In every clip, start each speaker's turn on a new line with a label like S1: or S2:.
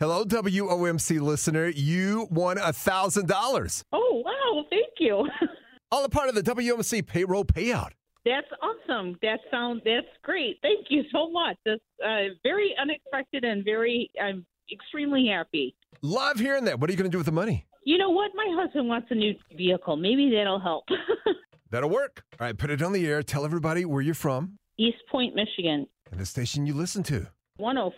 S1: Hello, WOMC listener. You won $1,000.
S2: Oh, wow. Thank you.
S1: All a part of the WOMC payroll payout.
S2: That's awesome. That sounds that's great. Thank you so much. That's uh, very unexpected and very I'm extremely happy.
S1: Love hearing that. What are you going to do with the money?
S2: You know what? My husband wants a new vehicle. Maybe that'll help.
S1: That'll work. All right, put it on the air. Tell everybody where you're from
S2: East Point, Michigan,
S1: and the station you listen to.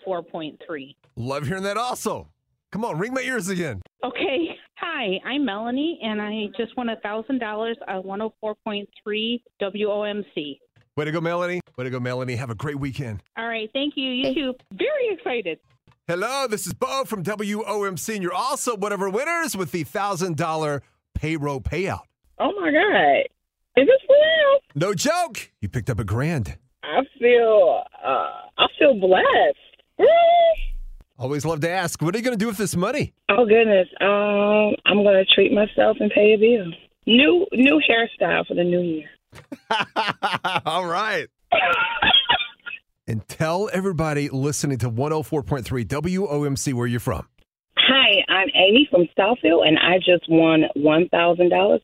S2: 104.3.
S1: Love hearing that also. Come on, ring my ears again.
S2: Okay. Hi, I'm Melanie, and I just won $1,000 on 104.3 WOMC.
S1: Way to go, Melanie. Way to go, Melanie. Have a great weekend.
S2: All right. Thank you. You too. Very excited.
S1: Hello, this is Bo from WOMC, and you're also one of our winners with the $1,000 payroll payout.
S3: Oh my god, is this real?
S1: No joke. You picked up a grand.
S3: I feel uh, I feel blessed. Woo!
S1: Always love to ask, what are you going to do with this money?
S3: Oh goodness, um, I'm gonna treat myself and pay a bill. New new hairstyle for the new year.
S1: All right. And tell everybody listening to 104.3 WOMC where you're from.
S3: Hi, I'm Amy from Southfield, and I just won one thousand dollars.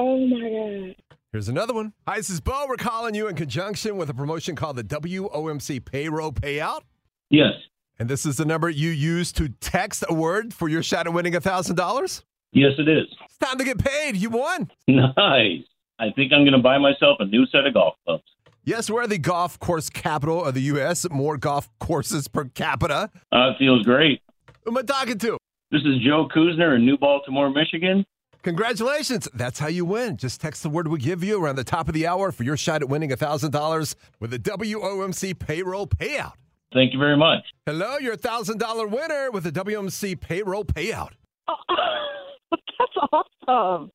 S3: Oh my god.
S1: Here's another one. Hi, this is Bo. We're calling you in conjunction with a promotion called the WOMC Payroll Payout.
S4: Yes.
S1: And this is the number you use to text a word for your shot at winning $1,000. It's
S4: Yes, it is.
S1: time to get paid. You won.
S4: Nice. I think I'm going to buy myself a new set of golf clubs.
S1: Yes, we're the golf course capital of the U.S., more golf courses per capita.
S4: Uh, it feels great.
S1: Who am I talking to?
S4: This is Joe Kuzner in New Baltimore, Michigan.
S1: Congratulations. That's how you win. Just text the word we give you around the top of the hour for your shot at winning $1,000 with the WOMC Payroll Payout.
S4: Thank you very much.
S1: Hello, you're a thousand dollar winner with the WMC payroll payout.
S5: Oh, That's awesome.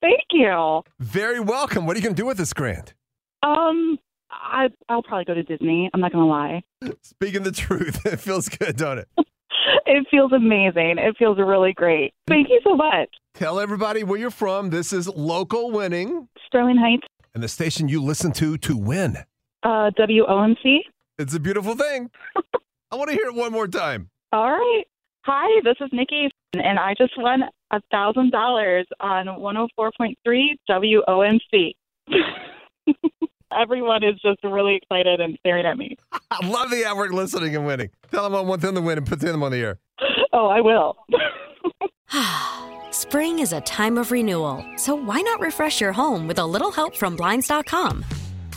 S5: Thank you.
S1: Very welcome. What are you going to do with this grant?
S5: Um, I I'll probably go to Disney. I'm not gonna lie.
S1: Speaking the truth, it feels good, don't it?
S5: It feels amazing. It feels really great. Thank you so much.
S1: Tell everybody where you're from. This is local winning
S5: Sterling Heights,
S1: and the station you listen to to win.
S5: uh, WOMC.
S1: It's a beautiful thing. I want to hear it one more time.
S5: All right. Hi, this is Nikki, and I just won a thousand dollars on 104.3 WOMC. Everyone is just really excited and staring at me.
S1: I love the hour listening and winning. Tell them I want them to win and put them on the air.
S5: Oh, I will.
S6: Spring is a time of renewal, so why not refresh your home with a little help from Blinds.com?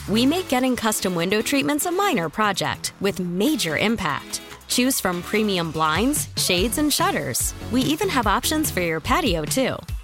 S6: We make getting custom window treatments a minor project with major impact. Choose from premium blinds, shades, and shutters. We even have options for your patio, too.